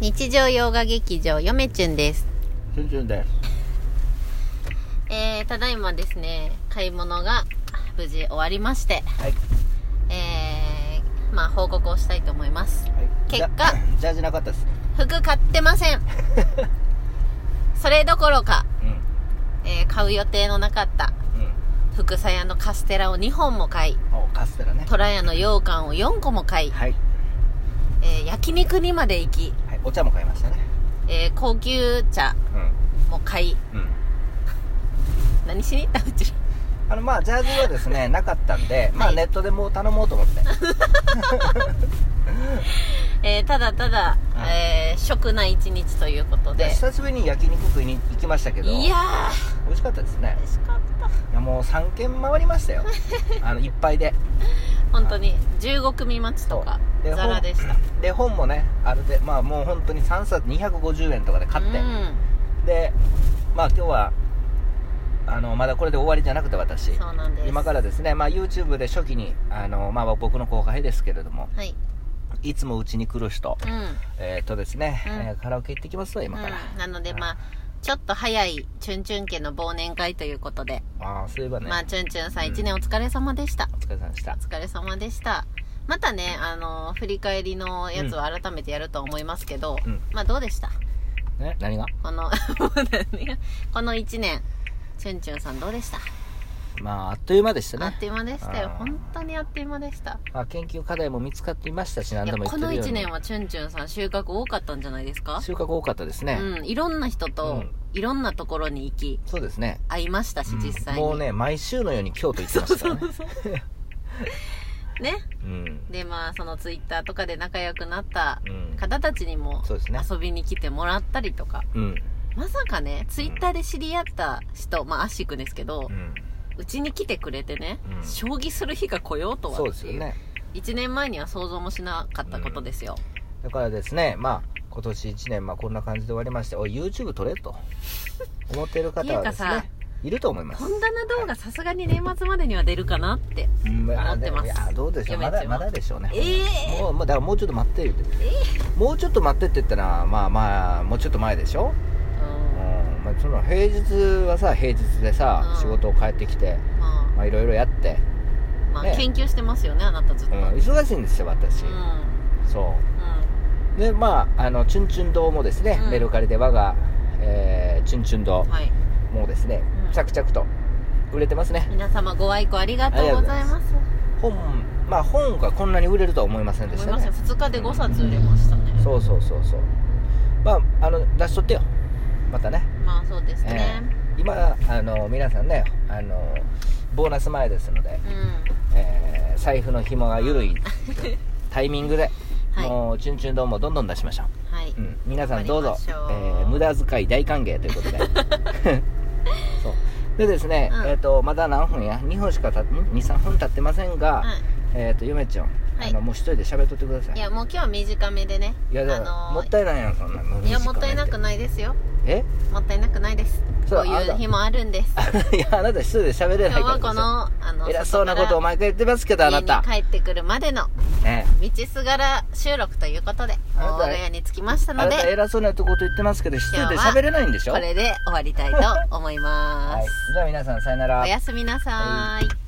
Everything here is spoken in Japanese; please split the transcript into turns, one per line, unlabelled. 日常洋画劇場よめちゅんです、
チュンチュンです。
えー、ただいまですね買い物が無事終わりまして
はい。
えー、まあ報告をしたいと思います
はい、
結果
ジャ ジャージなかったです。
服買ってま せんそれどころか、
うん。
えー、買う予定のなかった福さやのカステラを2本も買い
うん。お、カステラね。
虎屋の羊羹を4個も買い、
はい。
えー焼肉にまで行き、
はい。お茶も買いましたね。
えー高級茶も買い
うん。うん。
何しに行った うちら
あの、まあ、ジャージはです ね、なかったんで、まあ、ネットでもう頼もうと思って。
えーただただ、
うん
えー食な一日ということ
で、
で
久しぶりに焼肉食いに行きましたけど、
いや
美味しかったです
ー。
ね
美味しかった
いや、もう3軒回り ましたよ。あの、いっぱいで。
本当に15組待ちとか
そう
ザラでした
で、本もね、あれで、まあ、もう本当に3冊250円とかで買って。
うん
で、まあ、今日は、あの、まだこれで終わりじゃなくて、私。
そうなんです
今からですね、まあ、YouTube で初期にあの、まあ、僕の後輩ですけれども
はい
いつもうちに来る人、
うん、
えーっとですね、
うん
えーカラオケ行ってきますわ今から、
うんなのでまあちょっと早いチュンチュン家の忘年会ということで、
ああそういえばね、
まあチュンチュンさん
うん
1年お疲れ様でした、
お疲れ様でした
お疲れ様でしたまたねあの振り返りのやつを改めてやるとは思いますけど、
うん
まあどうでした
ね何が
この もう何がこの1年チュンチュンさんどうでした
まああっという間でした
あっ
ね
という間でしたよ
あー
本当にあっという間でした
まあ、研究課題も見つかっていましたし何
いや
度も言っ
こ
てるよ
の
うに
1年はチュンチュンさん収穫多かったんじゃないですか、
収穫多かったですね、
うんいろんな人と、
うん
いろんなところに行き
そうですね
会いましたし、実際に
もうね毎週のように京都行ってましたからね
ね
うん
でまあそのツイッターとかで仲良くなった
うん
方たちにも
そうですね
遊びに来てもらったりとか、
うん
まさかねツイッターで知り合った人まあアッシーくんですけど
うん
うち、に来てくれてね、
うん
将棋する日が来ようとは
そうですよね
1年前には想像もしなかったことですよ、
だからですね、まあ、今年1年、まあ、こんな感じで終わりまして、おい、YouTube 撮れと思っている方は
って
です
いうかさ
ね、いると思います。
本棚動画さすがに年末までには出るかなって
うん
思ってます
いや、どうでしょう、
やめ
まだ
ちゃいます
まだでしょうね。
ええ
もう、まあだからもうちょっと待って言って、もうちょっと待ってって言ったら、まあまあ、もうちょっと前でしょ、うん
う
まあ、その平日はさ、平日でさ、
うん
仕事を帰ってきて、
んま
まあ、いろいろやって、
あ、まあ
ね
研究してますよねあなたずっ
う
とうん
ん、忙しいんですよ、私。そう。でまああのチュンチュン堂もですね、
うん
メルカリで我が、えーチュンチュン堂
うんはい
もうですね、
うん
着々と売れてますね
皆様ご愛顧ありがとうございます
本まあ本がこんなに売れるとは思いませんで
思
し
い
た
ませ
ね
ん2日で5冊売れましたね
そうそうそうそうまああの出しとってよまたね、
まあそうですね、
えー今あの皆さんねあのボーナス前ですので、えー財布の紐が緩いタイミング で、
はい
もうチュンチュン堂もどんどん出しましょう
うんはい、
うん、皆さんどうぞ
頑張りましょう
えー無駄遣い大歓迎ということで そうでですね、
うん
えっとまだ何分や2分しかた23分経ってませんが、
は
えっとゆめちゃん、
はい
あのもう一人で喋っとってください
い、いやもう今日は短めでね
いやだから、
あのー
もったいないやんそんな無理
いやもったいなく
い
ないですよ
え
もったいなくないです
そう
こう
あな
いう
た
日もあるんです
いやあなた一人で喋れ
今日
ないから
はこのあの
偉そうなことを毎回言ってますけどあな
外か
た、
ら家に帰ってくるまでの
ええ
道すがら収録ということで
あな
大
た
ヶ谷に着きました
あ
の
なた
で
偉そうなこと言ってますけど一人で
今日は
喋れないんでしょ
これで終わりたいと思い
は
ま
い
す、
じゃあ皆さんさよなら
おやすみなさーい